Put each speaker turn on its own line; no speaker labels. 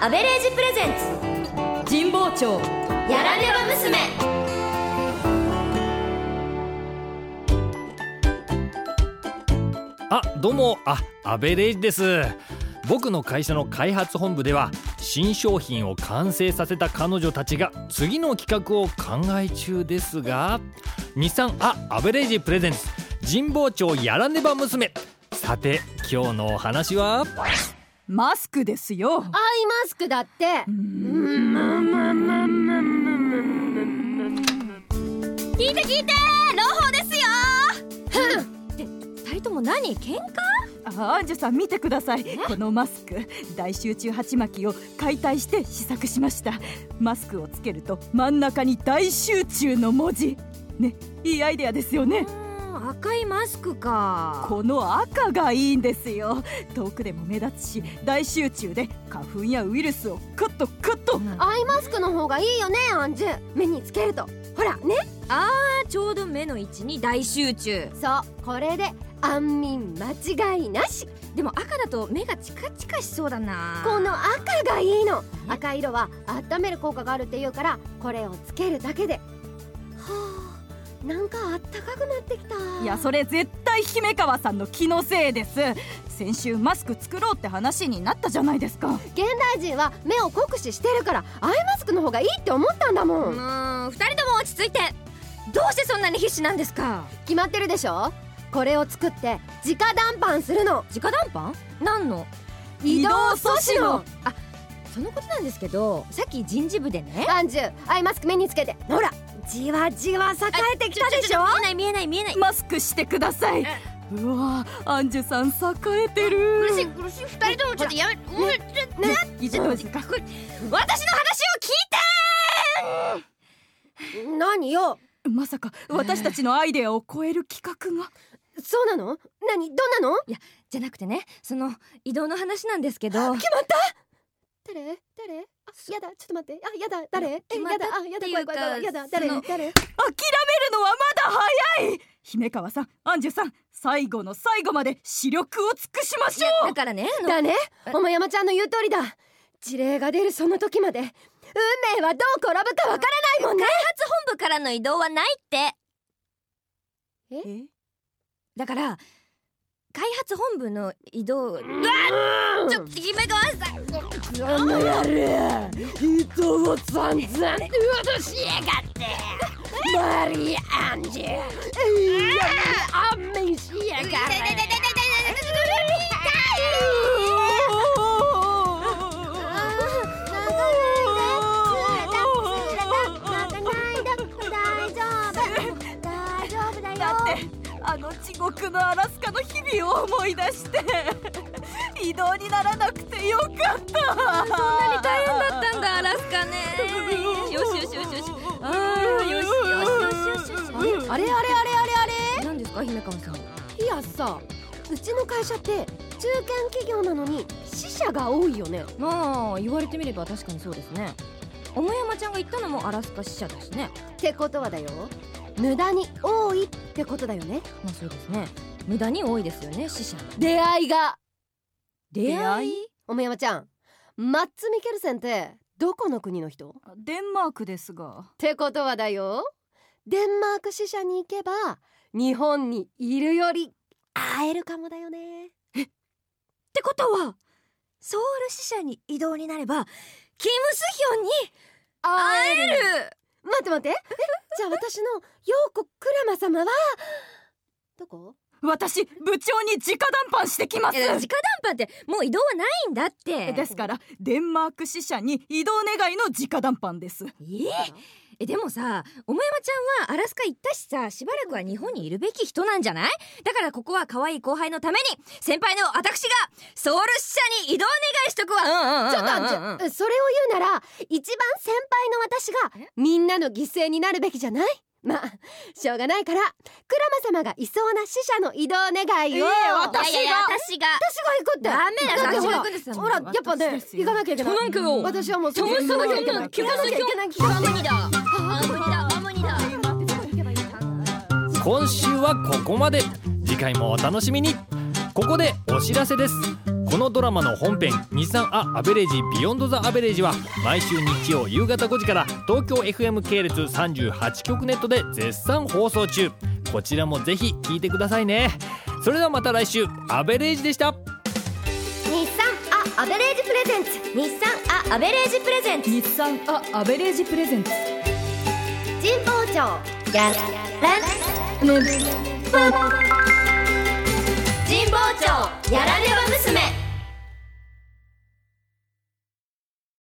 アベレージプレゼンツ神保町やらねば娘
あどうもあアベレージです僕の会社の開発本部では新商品を完成させた彼女たちが次の企画を考え中ですが日産あアベレージプレゼンツ神保町やらねば娘さて今日のお話は
マスクですよ
アイマスクだって
聞いて聞いて朗報ですよ
二人とも何喧嘩
アンジュさん見てくださいこのマスク大集中鉢巻きを解体して試作しましたマスクをつけると真ん中に大集中の文字ねいいアイデアですよね
うん赤いマスクか
この赤がいいんですよ遠くでも目立つし大集中で花粉やウイルスをクッとクッと
アイマスクの方がいいよねアンジュ目につけるとほらねあーちょうど目の位置に大集中そうこれで安眠間違いなしでも赤だと目がチカチカしそうだな
この赤がいいの
え
赤色は温める効果があるっていうからこれをつけるだけではあなんかあったかくなってきた
いやそれ絶対姫川さんの気のせいです先週マスク作ろうって話になったじゃないですか
現代人は目を酷使してるからアイマスクの方がいいって思ったんだも
うんん二人とも落ち着いてどうしてそんなに必死なんですか
決まってるでしょこれを作って直談判するの
直談判何の
移動阻止の
あそのことなんですけどさっき人事部でね
アンジュアイマスク目につけてほらじわじわ栄えてきたでしょ
見えない見えない見えない
マスクしてくださいう
え
わぁアンジュさん栄えてる
苦しい二人ともちょっとやめもうちょっと
ね以上ですか
私の話を聞いて
何よ
まさか私たちのアイデアを超える企画が
そうなの何どんなの
じゃなくてねその移動の話なんですけど
決まった誰誰あやだちょっと待ってあやだ誰えや
決まった
だあやだ怖い怖い怖いや
っ
だ
てい
誰
うか
誰
諦めるのはまだ早い姫川さんアンジュさん最後の最後まで視力を尽くしましょう
だからねあの
だね
え
桃山ちゃんの言う通りだ事例が出るその時まで運命はどう転ぶかわからないもんね
本部からの移動はないって
え
だから開発本部の移動うわちょっと姫川さん
あのやる伊藤を散々うどしやがってマリアンジュあんめしやが
だってあの地獄のアラスカの日々を思い出して移動にならなくてよかったそんなに
大変だったんだアラスカねよしよしよしよしあーよしよしよしよしよし
あれあれあれあれあ
何ですか姫川さん
れいやさうちの会社って中堅企業なのに死者が多いよね
まあ言われてみれば確かにそうですね桃山ちゃんが言ったのもアラスカ支社だしね
ってことはだよ無駄に多いってことだよね
まあそうですね無駄に多いですよね死者
出会いが
出会い
おめやまちゃんマッツ・ミケルセンってどこの国の人っ
デンマークですが
てことはだよデンマーク支社に行けば日本にいるより会えるかもだよね
ってことはソウル支社に移動になればキム・スヒョンに
会
会える
待って待ってえじゃあ私の陽子クラマ様はどこ
私部長に直談判してきます
いや直談判ってもう移動はないんだって
ですからデンマーク支社に移動願いの直談判です
ええでもさ桃山ちゃんはアラスカ行ったしさしばらくは日本にいるべき人なんじゃないだからここは可愛い後輩のために先輩の私がソウル支社に移動願いしとくわ
ちょっとあんちゃんそれを言うなら一番先輩の私がみんなの犠牲になるべきじゃないまあしょうがないからクラマ様がいそうな死者の移動願いを、
ええ私
いやいや私が
私が行くって
ダメだ
ってほ
私が
ら
行くんですよ
ほらやっぱ
私
ね
ですよ
行かなきゃいけない
そうなんかよ
私はもう
トムスの
行
表
か
現
な
の
き
キ
ゃ
ム
い
スヒ
けない
ョンアムニだアムニだアムニだ
今週はここまで次回もお楽しみにここでお知らせですここのドラマの本編「23アアベレージビヨンドザアベレージは毎週日曜夕方5時から東京 FM 系列38局ネットで絶賛放送中こちらもぜひ聞いてくださいねそれではまた来週アベレージでした
日産アアベレージプレゼンツ
日産アアベレージプレゼンツ
日産アアベレージプレゼンツ
神保町やらね
神保町やらねば娘